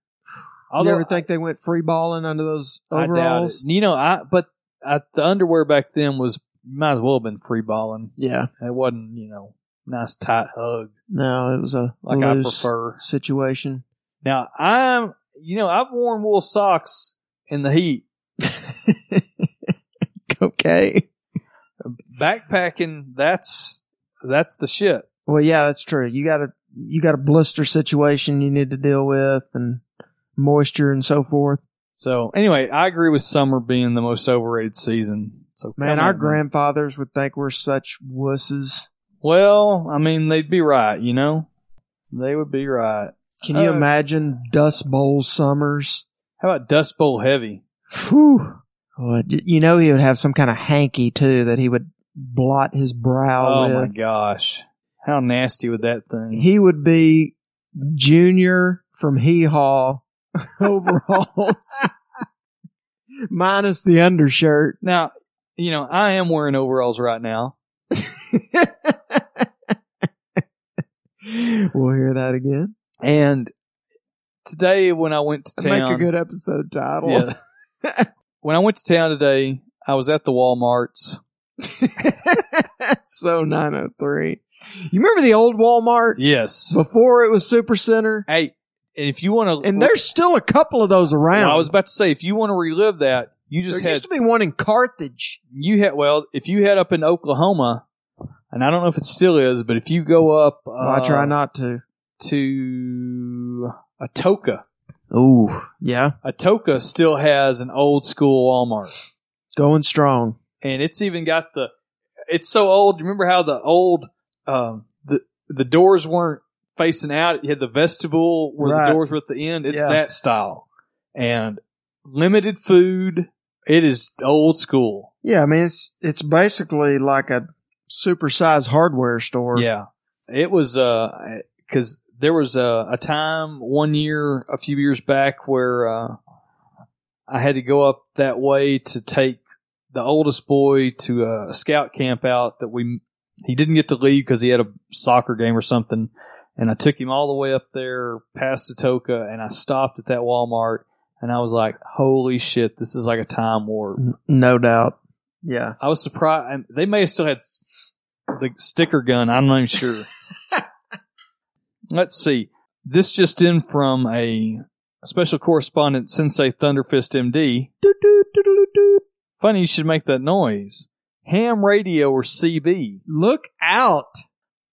S8: I you
S9: Although
S8: ever think they went free balling under those
S9: I doubt it.
S8: overalls?
S9: You know, I but I, the underwear back then was might as well have been free balling.
S8: Yeah,
S9: It wasn't, you know, nice tight hug
S8: no, it was a
S9: like
S8: loose
S9: I prefer.
S8: situation.
S9: Now I'm, you know, I've worn wool socks in the heat,
S8: okay.
S9: backpacking. That's that's the shit.
S8: Well, yeah, that's true. You got a you got a blister situation you need to deal with, and moisture and so forth.
S9: So anyway, I agree with summer being the most overrated season. So
S8: Man,
S9: come
S8: our
S9: on,
S8: grandfathers would think we're such wusses.
S9: Well, I mean, they'd be right. You know, they would be right.
S8: Can you
S9: Uh,
S8: imagine Dust Bowl summers?
S9: How about Dust Bowl heavy?
S8: Whew. Well, d- You know he would have some kind of hanky too that he would blot his brow
S9: Oh,
S8: with.
S9: my gosh, how nasty would that thing?
S8: He would be junior from Hee Haw overalls, minus the undershirt.
S9: now, you know, I am wearing overalls right now.
S8: we'll hear that again.
S9: And today, when I went to town,
S8: Make a good episode title.
S9: yeah. when I went to town today, I was at the Walmart's.
S8: so 903. You remember the old Walmart?
S9: Yes.
S8: Before it was Supercenter?
S9: Hey, if you want to,
S8: And there's still a couple of those around.
S9: Well, I was about to say, if you want to relive that, you
S8: there
S9: just had
S8: used to be one in Carthage.
S9: you had well, if you head up in Oklahoma, and I don't know if it still is, but if you go up, uh,
S8: I try not to.
S9: to Atoka.
S8: Ooh, yeah.
S9: Atoka still has an old school Walmart,
S8: Going strong.
S9: and it's even got the. It's so old. Remember how the old um, the the doors weren't facing out? You had the vestibule where
S8: Right.
S9: the doors were at the end. It's
S8: Yeah.
S9: that style, and limited food. It is old school.
S8: Yeah, I mean it's it's basically like a supersized hardware store.
S9: Yeah, it was because there was a, a time one year a few years back where uh, I had to go up that way to take the oldest boy to a scout camp out that we he didn't get to leave because he had a soccer game or something, and I took him all the way up there past Atoka, and I stopped at that Walmart. And I was like, "Holy shit! This is like a time warp."
S8: N- No doubt. Yeah.
S9: I was surprised. and They may have still had s- the sticker gun. I'm not even sure. Let's see. This just in from a special correspondent, Sensei Thunderfist MD. Funny you should make that noise. Ham radio or CB?
S8: Look out.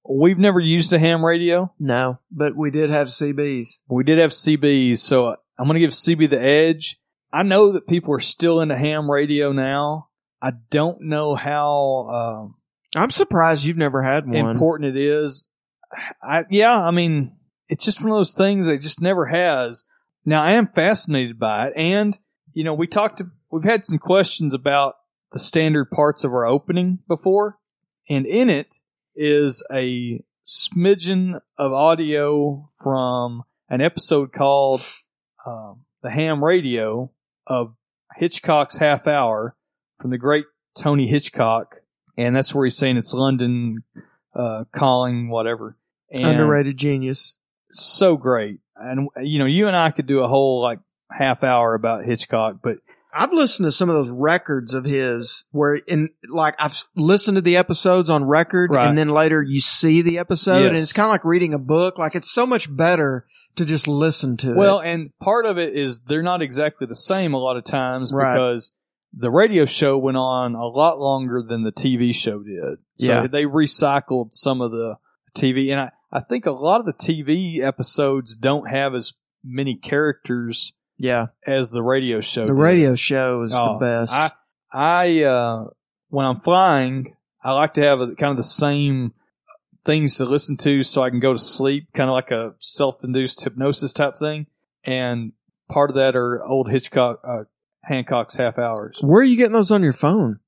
S9: We've never used a ham radio.
S8: No, but we did have CBs.
S9: We did have CBs, so I'm going to give CB the edge. I know that people are still into ham radio now. I don't know how. Um,
S8: I'm surprised you've never had one.
S9: important it is. I yeah, I mean, it's just one of those things that it just never has. Now I am fascinated by it, and you know, we talked to we've had some questions about the standard parts of our opening before, and in it is a smidgen of audio from an episode called um, The Ham Radio of Hitchcock's Half Hour from the great Tony Hitchcock. And that's where he's saying it's London uh, calling, whatever. And
S8: Underrated genius.
S9: So great. And, you know, you and I could do a whole like half hour about Hitchcock, but
S8: I've listened to some of those records of his where in like I've listened to the episodes on record
S9: Right.
S8: and then later you see the episode and
S9: Yes.
S8: it's kind of like reading a book. Like it's so much better to just listen to
S9: Well,
S8: it.
S9: and part of it is they're not exactly the same a lot of times
S8: Right.
S9: because the radio show went on a lot longer than the TV show did. So
S8: Yeah.
S9: they recycled some of the TV. And I, I think a lot of the TV episodes don't have as many characters
S8: Yeah.
S9: as the radio show
S8: The
S9: did.
S8: radio show is
S9: Oh,
S8: the best.
S9: I, I uh, when I'm flying, I like to have a, kind of the same things to listen to so I can go to sleep, kind of like a self-induced hypnosis type thing. And part of that are old Hitchcock uh, Hancock's half hours.
S8: where are you getting those on your phone?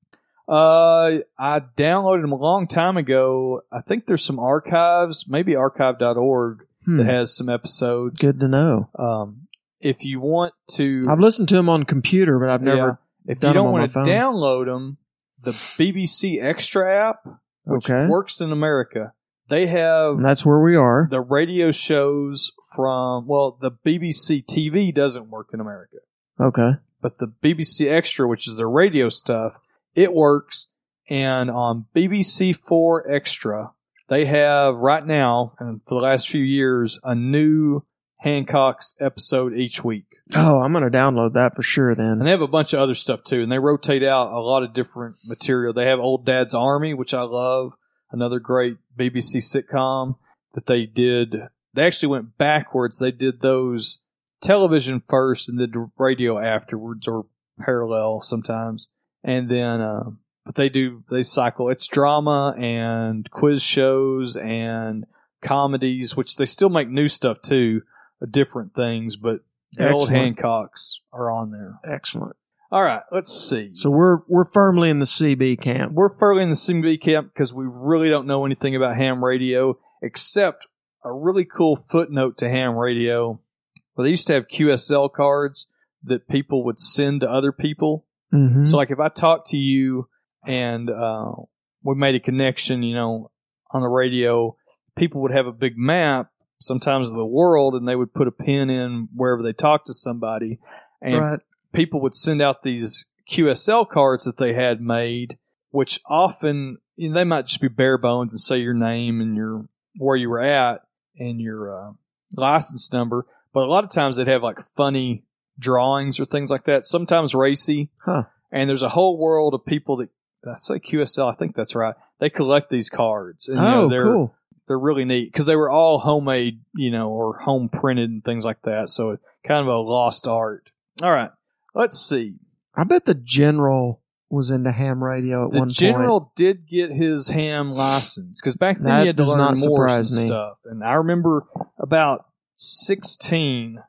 S9: Uh, I downloaded them a long time ago. I think there's some archives, maybe archive.org
S8: Hmm.
S9: that has some episodes.
S8: Good to know.
S9: Um, if you want to,
S8: I've listened to them on computer, but I've never.
S9: Yeah. If
S8: done
S9: you
S8: 'em
S9: don't
S8: on my
S9: want to
S8: phone.
S9: download them, the BBC Extra app, which
S8: Okay.
S9: works in America, they have
S8: And that's where we are.
S9: the radio shows from. Well, the BBC TV doesn't work in America,
S8: Okay.
S9: but the BBC Extra, which is their radio stuff, it works. And on BBC Four Extra, they have right now and for the last few years a new Hancock's episode each week.
S8: Oh, I'm going to download that for sure
S9: And
S8: then.
S9: they have a bunch of other stuff too, and they rotate out a lot of different material. They have Old Dad's Army, which I love, another great BBC sitcom that they did. They actually went backwards. They did those television first and did radio afterwards, or parallel sometimes. And then, uh, but they do they cycle. It's drama and quiz shows and comedies, which they still make new stuff too, different things, but. the Old
S8: Excellent.
S9: Hancocks are on there.
S8: Excellent.
S9: All right, let's see.
S8: So we're we're firmly in the CB camp.
S9: we're fairly in the CB camp because we really don't know anything about ham radio except a really cool footnote to ham radio. Well, they used to have QSL cards that people would send to other people.
S8: Mm-hmm.
S9: So, like, if I talked to you and uh, we made a connection, you know, on the radio, people would have a big map sometimes of the world and they would put a pin in wherever they talked to somebody. And
S8: right.
S9: people would send out these QSL cards that they had made, which often you know, they might just be bare bones and say your name and your where you were at and your uh, license number. But a lot of times they'd have like funny drawings or things like that. Sometimes racy.
S8: Huh.
S9: And there's a whole world of people that did I say QSL. I think that's right. They collect these cards. And, you know,
S8: Oh,
S9: they're,
S8: cool.
S9: They're really neat because they were all homemade, you know, or home printed and things like that. So it kind of a lost art. All right. Let's see.
S8: I bet the general was into ham radio at
S9: The
S8: one
S9: general did get his ham license because back then
S8: That
S9: he had to
S8: does
S9: learn
S8: not
S9: Morse and
S8: surprise me.
S9: stuff. And I remember about sixteen,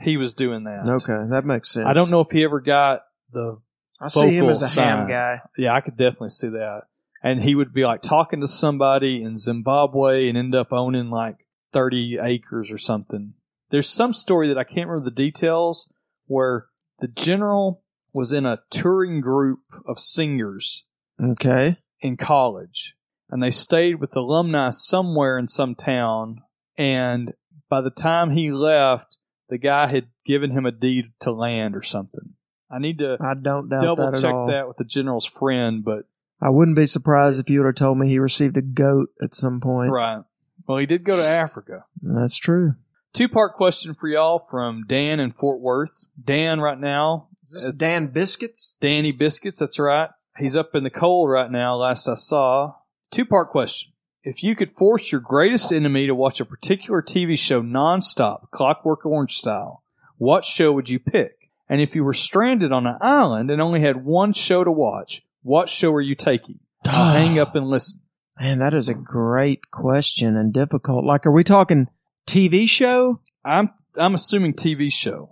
S9: he was doing that.
S8: point. Okay, that makes sense.
S9: I don't know if he ever got the.
S8: I see him
S9: vocal
S8: as a ham
S9: sign.
S8: guy.
S9: Yeah, I could definitely see that. And he would be like talking to somebody in Zimbabwe and end up owning like thirty acres or something. There's some story that I can't remember the details where the general was in a touring group of singers
S8: Okay.
S9: in college and they stayed with alumni somewhere in some town and by the time he left the guy had given him a deed to land or something i need to
S8: I don't doubt
S9: double
S8: that at
S9: check
S8: all.
S9: that with the general's friend but
S8: I wouldn't be surprised if you would have told me he received a goat at some point.
S9: right well he did go to africa
S8: That's true.
S9: two part question for y'all from dan in fort worth dan right now uh,
S8: Dan Biscuits?
S9: Danny Biscuits, that's right. He's up in the cold right now, last I saw. Two part question. If you could force your greatest enemy to watch a particular TV show nonstop, Clockwork Orange style, what show would you pick? And if you were stranded on an island and only had one show to watch, what show are you taking? I'll hang up and listen.
S8: Man, that is a great question and difficult. Like, are we talking TV show?
S9: I'm I'm assuming TV show.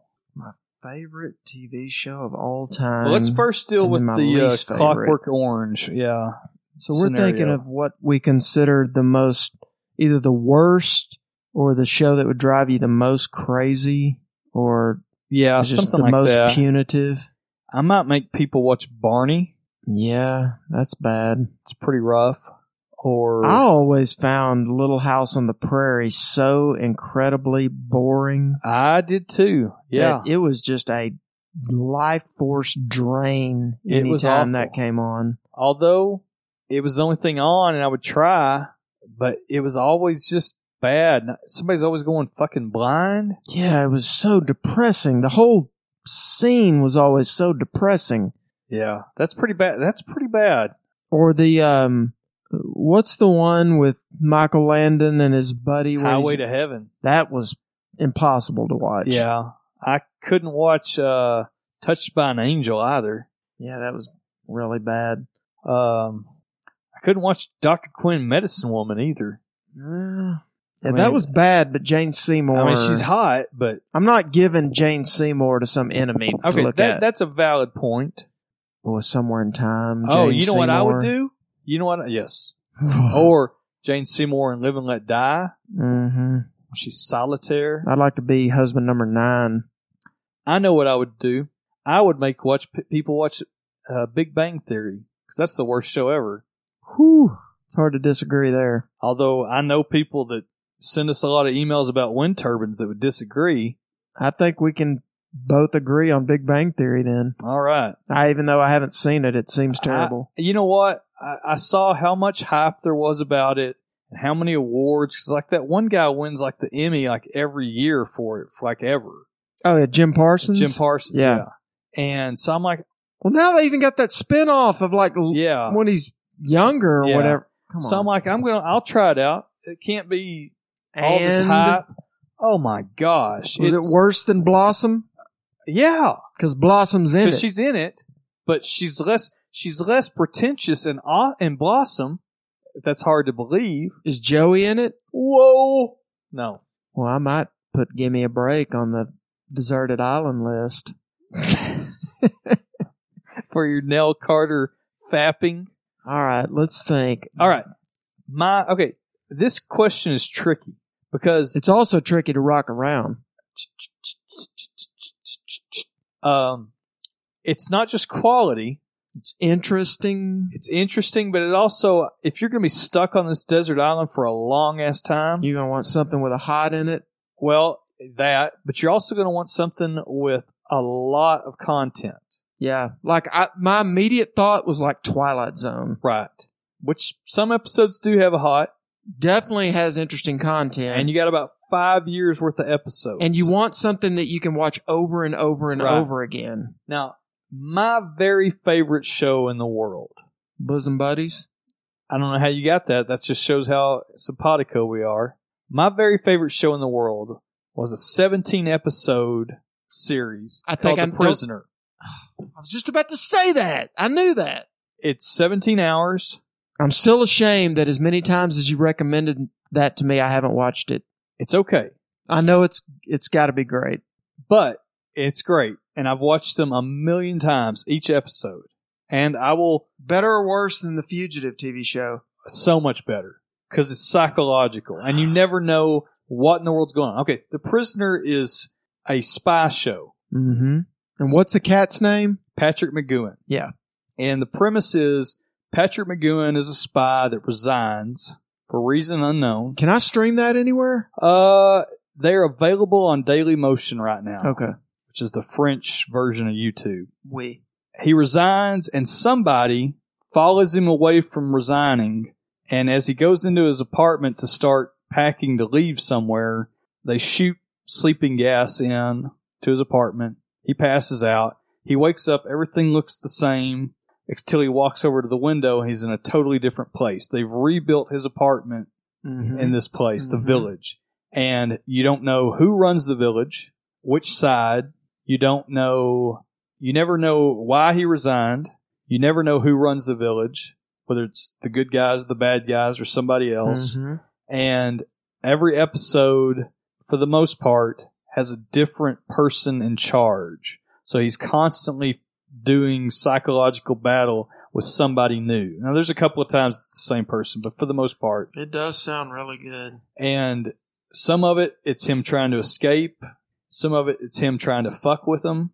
S8: Favorite TV show of all time.
S9: Well, let's first deal
S8: and
S9: with
S8: then my
S9: the
S8: least
S9: uh,
S8: favorite.
S9: Clockwork Orange. Yeah.
S8: So we're thinking
S9: scenario.
S8: of what we consider the most either the worst or the show that would drive you the most crazy or
S9: yeah,
S8: just
S9: something
S8: the
S9: like
S8: most
S9: that.
S8: punitive.
S9: I might make people watch Barney.
S8: Yeah, that's bad.
S9: It's pretty rough. Or
S8: I always found Little House on the Prairie so incredibly boring.
S9: I did too. Yeah,
S8: that it was just a life force drain
S9: It
S8: anytime
S9: was
S8: that
S9: awful.
S8: came on.
S9: although it was the only thing on and I would try, but it was always just bad. Somebody's always going fucking blind.
S8: Yeah, it was so depressing. The whole scene was always so depressing.
S9: Yeah, that's pretty bad. That's pretty bad.
S8: Or the um what's the one with Michael Landon and his buddy where
S9: Highway to
S8: he's-
S9: Heaven.
S8: that was impossible to watch.
S9: Yeah, I couldn't watch uh, Touched by an Angel either.
S8: Yeah, that was really bad.
S9: Um, I couldn't watch Doctor Quinn Medicine Woman either.
S8: Uh, yeah,
S9: mean-
S8: that was bad, but Jane Seymour
S9: I mean, she's hot, but
S8: I'm not giving Jane Seymour to some enemy to
S9: okay,
S8: look
S9: that,
S8: at.
S9: that's a valid point.
S8: Boy, somewhere in time.
S9: oh,
S8: Jane
S9: you know what I would Oh.
S8: Seymour.
S9: do? You know what? I- Yes, or Jane Seymour and Live and Let Die.
S8: hmm
S9: She's solitaire.
S8: I'd like to be husband number nine.
S9: I know what I would do. I would make watch p- people watch uh, Big Bang Theory because that's the worst show ever.
S8: Whew. It's hard to disagree there.
S9: Although I know people that send us a lot of emails about wind turbines that would disagree.
S8: I think we can both agree on Big Bang Theory then.
S9: All right.
S8: I even though I haven't seen it, it seems terrible.
S9: I- you know what? I, I saw how much hype there was about it and how many awards. Because like that one guy wins like the Emmy like every year for it, for like ever.
S8: oh yeah, Jim Parsons.
S9: Jim Parsons.
S8: Yeah.
S9: Yeah. And so I'm like,
S8: Well now they even got that spin off of like l-
S9: yeah.
S8: when he's younger or
S9: Yeah.
S8: whatever. Come on.
S9: So I'm like, I'm gonna, I'll try it out. It can't be all this
S8: And
S9: hype. Oh my gosh!
S8: Was
S9: It's-
S8: it worse than Blossom?
S9: Yeah,
S8: Because Blossom's in
S9: because
S8: it.
S9: she's in it, but she's less she's less pretentious and aw- and blossom. That's hard to believe.
S8: Is Joey in it?
S9: Whoa! No,
S8: Well, I might put Gimme a Break on the deserted island list.
S9: for your Nell Carter fapping.
S8: All right, let's think.
S9: All right, my okay. This question is tricky because
S8: It's also tricky to rock around.
S9: um, it's not just quality.
S8: It's interesting.
S9: It's interesting, but it also, if you're going to be stuck on this desert island for a long ass time,
S8: You're gonna want something with a hot in it.
S9: well, that, but you're also going to want something with a lot of content.
S8: Yeah, like I, my immediate thought was like Twilight Zone.
S9: Right. Which some episodes do have a hot,
S8: Definitely has interesting content,
S9: and you got about five years worth of episodes.
S8: and you want something that you can watch over and over and
S9: Right.
S8: over again.
S9: Now, my very favorite show in the world.
S8: Bosom buddies.
S9: I don't know how you got that. That just shows how simpatico we are. My very favorite show in the world was a 17 episode series
S8: I
S9: called
S8: think I
S9: The
S8: know-
S9: Prisoner.
S8: I was just about to say that. I knew that.
S9: It's 17 hours.
S8: I'm still ashamed that as many times as you recommended that to me, I haven't watched it.
S9: It's okay,
S8: I know it's it's got to be great.
S9: but it's great. And I've watched them a million times each episode. And I will
S8: Better or worse than the Fugitive TV show?
S9: so much better because it's psychological and you never know what in the world's going on. Okay. The Prisoner is a spy show.
S8: Mm-hmm. And what's the cat's name?
S9: Patrick McGowan.
S8: Yeah.
S9: And the premise is Patrick McGowan is a spy that resigns for reason unknown.
S8: Can I stream that anywhere?
S9: Uh, they're available on Daily Motion right now,
S8: Okay.
S9: which is the French version of YouTube.
S8: We.
S9: He resigns, and somebody follows him away from resigning. And as he goes into his apartment to start packing to leave somewhere, they shoot sleeping gas in to his apartment. He passes out. He wakes up. Everything looks the same until he walks over to the window and he's in a totally different place. They've rebuilt his apartment
S8: Mm-hmm.
S9: in this place,
S8: Mhm.
S9: the village. And you don't know who runs the village, which side. You don't know, you never know why he resigned. You never know who runs the village, whether it's the good guys, the bad guys, or somebody else.
S8: Mm-hmm.
S9: And every episode, for the most part, has a different person in charge. So he's constantly doing psychological battle with somebody new. Now, there's a couple of times it's the same person, but for the most part,
S8: It does sound really good.
S9: and some of it it's him trying to escape. Some of it it's him trying to fuck with them.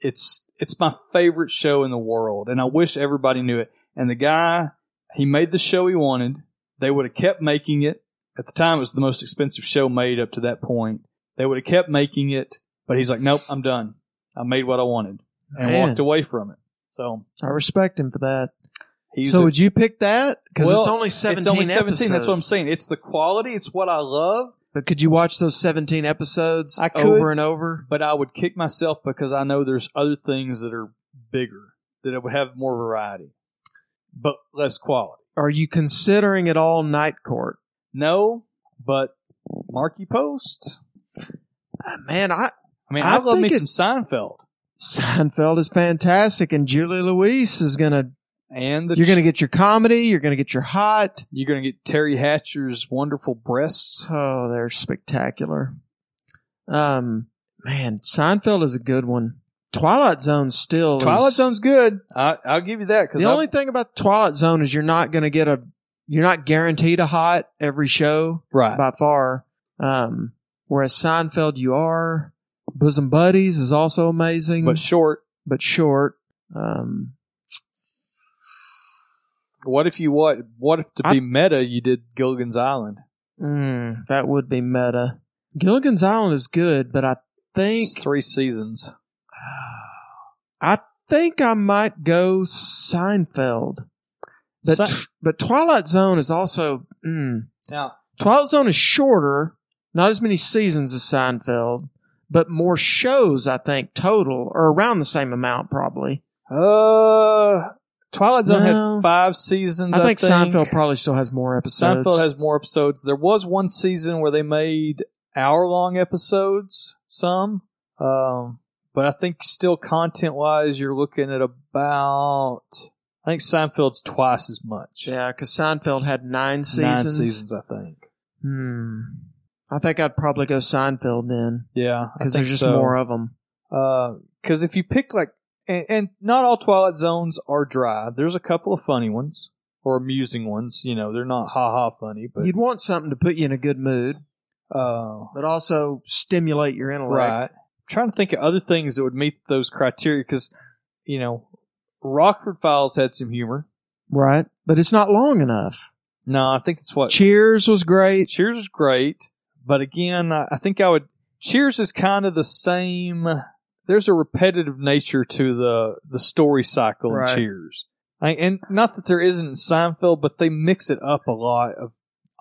S9: It's it's my favorite show in the world, and I wish everybody knew it. And the guy he made the show he wanted. They would have kept making it. At the time, it was the most expensive show made up to that point. They would have kept making it, but he's like, "Nope, I'm done. I made what I wanted," and
S8: Man.
S9: walked away from it. So
S8: I respect him for that.
S9: he's
S8: so
S9: a-
S8: would you pick that? Because
S9: Well,
S8: it's only seventeen.
S9: It's only seventeen. That's what I'm
S8: episodes.
S9: saying. It's the quality. It's what I love.
S8: But could you watch those seventeen episodes
S9: I could.
S8: over and over?
S9: but I would kick myself because I know there's other things that are bigger that it would have more variety, but less quality.
S8: Are you considering it all night court?
S9: No, but Marky Post.
S8: Ah, Man, I
S9: I mean,
S8: I
S9: I, love me
S8: think
S9: some Seinfeld
S8: Seinfeld is fantastic, and Julie Louise is gonna.
S9: and the
S8: You're gonna
S9: ch-
S8: get your comedy. You're gonna get your hot.
S9: you're gonna get Terry Hatcher's wonderful breasts.
S8: Oh, they're spectacular. Um, man, Seinfeld is a good one. Twilight Zone still.
S9: Twilight
S8: is,
S9: Zone's good. I, I'll give you that because
S8: The only thing about Twilight Zone is you're not gonna get a. You're not guaranteed a hot every show.
S9: right.
S8: by far. Um, whereas Seinfeld, you are. Bosom Buddies is also amazing,
S9: But short.
S8: but short. Um,
S9: What if you what? What if to
S8: I-
S9: be meta you did Gilligan's Island? Hmm.
S8: mm, that would be meta. Gilligan's Island is good, but I think
S9: It's three seasons.
S8: I think I might go Seinfeld. But
S9: Si-
S8: tw- but Twilight Zone is also mm,
S9: now
S8: Twilight Zone is shorter, not as many seasons as Seinfeld, but more shows. I think total or around the same amount probably.
S9: Uh, Twilight Zone
S8: No.
S9: had five seasons.
S8: I
S9: I,
S8: think, Seinfeld probably still has more episodes.
S9: Seinfeld has more episodes. There was one season where they made hour-long episodes, some. Um, but I think still content-wise, you're looking at about. I think Seinfeld's twice as much.
S8: yeah, because Seinfeld had nine
S9: nine
S8: seasons.
S9: seasons, I think.
S8: Hmm. I think I'd probably go Seinfeld then
S9: Yeah, I
S8: because
S9: think
S8: there's just
S9: so.
S8: more of them.
S9: because if you pick like and, and not all twilight zones are dry there's a couple of funny ones or amusing ones you know they're not ha ha funny but
S8: You'd want something to put you in a good mood,
S9: uh,
S8: but also stimulate your intellect.
S9: right trying to think of other things that would meet those criteria because you know rockford files had some humor
S8: Right. But it's not long enough.
S9: no i think that's what
S8: Cheers was great.
S9: cheers is great but again i, I think i would cheers is kind of the same there's a repetitive nature to the the story cycle in
S8: Right.
S9: cheers I, and not that there isn't in seinfeld but they mix it up a lot of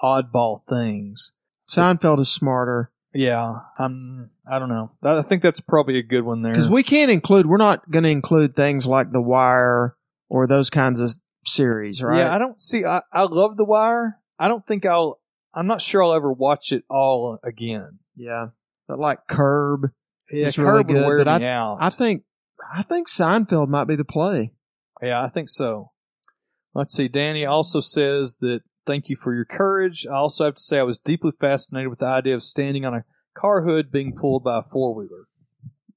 S9: oddball things
S8: Seinfeld is smarter
S9: yeah i'm i don't know That- i think that's probably a good one there
S8: because we can't include, we're not going to include things like The Wire or those kinds of series, right?
S9: yeah i don't see i, I love the wire i don't think i'll i'm not sure i'll ever watch it all again
S8: yeah. But like Curb,
S9: yeah,
S8: It's really
S9: Curb would
S8: good,
S9: wear
S8: but
S9: me out.
S8: I think, I think Seinfeld might be the play.
S9: Yeah, I think so. Let's see. Danny also says that thank you for your courage. I also have to say I was deeply fascinated with the idea of standing on a car hood being pulled by a four wheeler.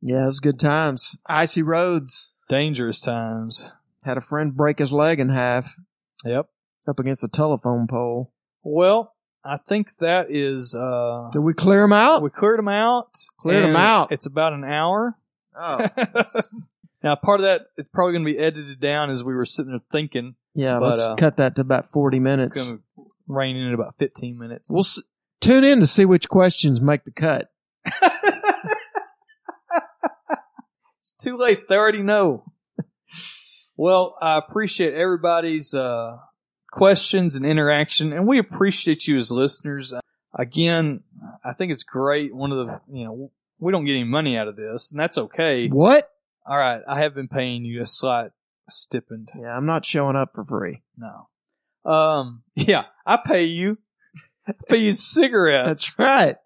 S8: Yeah, it was good times. Icy roads.
S9: Dangerous times.
S8: Had a friend break his leg in half
S9: Yep.
S8: up against a telephone pole.
S9: Well, I think that is. uh
S8: Did we clear him out?
S9: We cleared them out.
S8: Cleared 'em
S9: and
S8: out.
S9: It's about an hour.
S8: oh,
S9: now, part of that it's probably going to be edited down as we were sitting there thinking.
S8: yeah.
S9: But,
S8: let's
S9: uh,
S8: cut that to about forty
S9: It's
S8: minutes.
S9: going to rain in at about fifteen minutes.
S8: We'll s- tune in to see which questions make the cut.
S9: it's too late. They already know. Well, I appreciate everybody's uh, questions and interaction, and we appreciate you as listeners. Uh, Again, I think it's great. One of the, you know, we don't get any money out of this, and that's okay.
S8: What?
S9: All right, I have been paying you a slight stipend.
S8: Yeah, I'm not showing up for free.
S9: No, um, yeah, I pay you. I pay you cigarettes.
S8: That's right.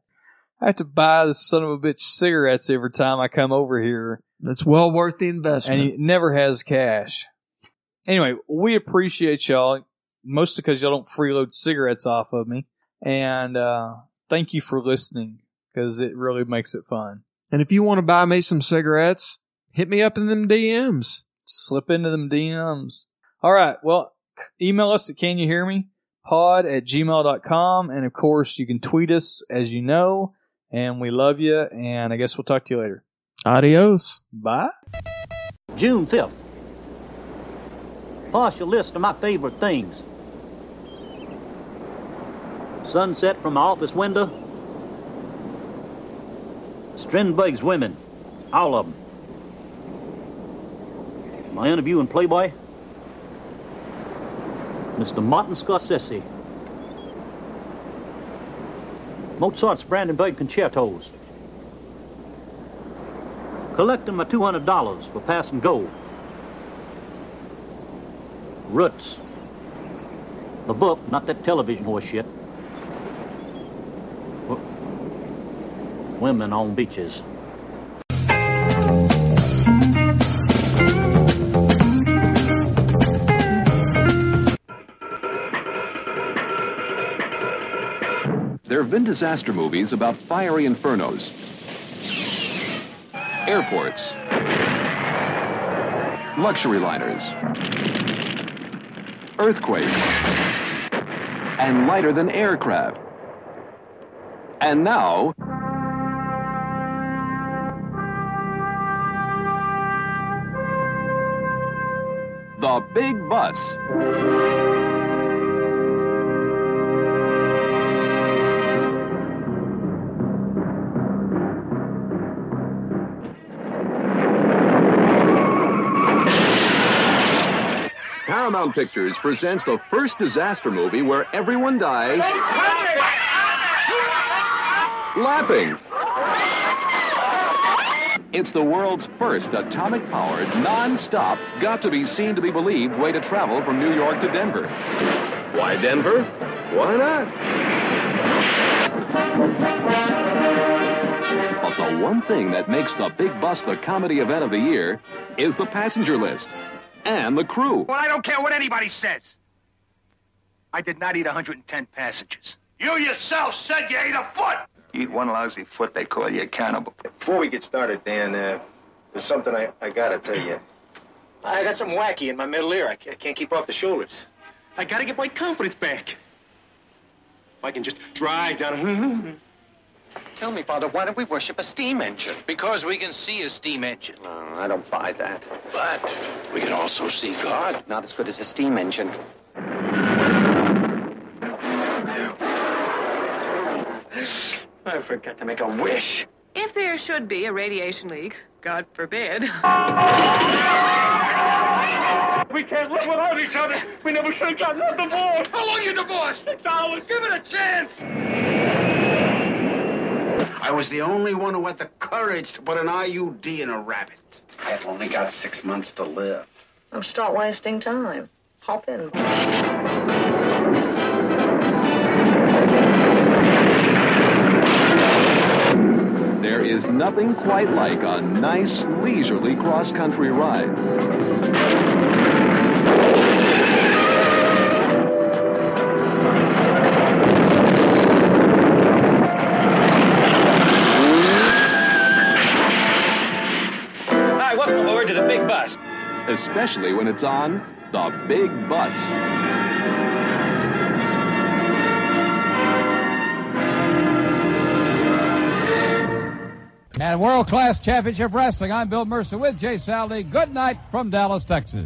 S9: I have to buy this son of a bitch cigarettes every time I come over here.
S8: That's well worth the
S9: and
S8: investment.
S9: he never has cash. Anyway, we appreciate y'all, mostly because y'all don't freeload cigarettes off of me. And uh, thank you for listening because it really makes it fun.
S8: and if you want to buy me some cigarettes, hit me up in them DMs.
S9: Slip into them DMs. All right. Well, email us at can you hear me pod at gmail.com. And of course, you can tweet us as you know. And we love you. And I guess we'll talk to you later.
S8: Adios.
S9: Bye.
S11: June 5th. Partial list of my favorite things sunset from my office window, Strindberg's women, all of them. My interview in Playboy, Mr. Martin Scorsese, Mozart's Brandenburg concertos, collecting my $200 for passing gold. Roots. The book, not that television horse shit. W- women on beaches.
S12: There have been disaster movies about fiery infernos, airports, luxury liners, earthquakes, and lighter than aircraft. And now, the big bus. Paramount Pictures presents the first disaster movie where everyone dies laughing. It's the world's first atomic powered, non stop, got to be seen to be believed way to travel from New York to Denver. Why Denver? Why not? But the one thing that makes the Big Bus the comedy event of the year is the passenger list and the crew.
S13: Well, I don't care what anybody says. I did not eat 110 passengers. You yourself said you ate a foot.
S14: You eat one lousy foot, they call you a cannibal.
S15: Before we get started, Dan, uh, there's something I, I gotta tell you.
S14: I got something wacky in my middle ear. I can't, I can't keep off the shoulders.
S13: I gotta get my confidence back. If I can just drive down.
S14: Tell me, Father, why don't we worship a steam engine?
S15: Because we can see a steam engine.
S14: No, I don't buy that.
S15: But we can also see God.
S14: Not as good as a steam engine. I forgot to make a wish.
S16: If there should be a radiation leak, God forbid.
S13: We can't live without each other. We never should have gotten a divorce.
S17: How long you divorced?
S13: Six hours.
S17: Give it a chance.
S15: I was the only one who had the courage to put an IUD in a rabbit. I've only got six months to live.
S16: Oh, stop wasting time. Hop in.
S12: There is nothing quite like a nice, leisurely cross country ride.
S18: Hi, welcome aboard to the big bus.
S12: especially when it's on the big bus.
S19: And World Class Championship Wrestling. I'm Bill Mercer with Jay Sally. Good night from Dallas, Texas.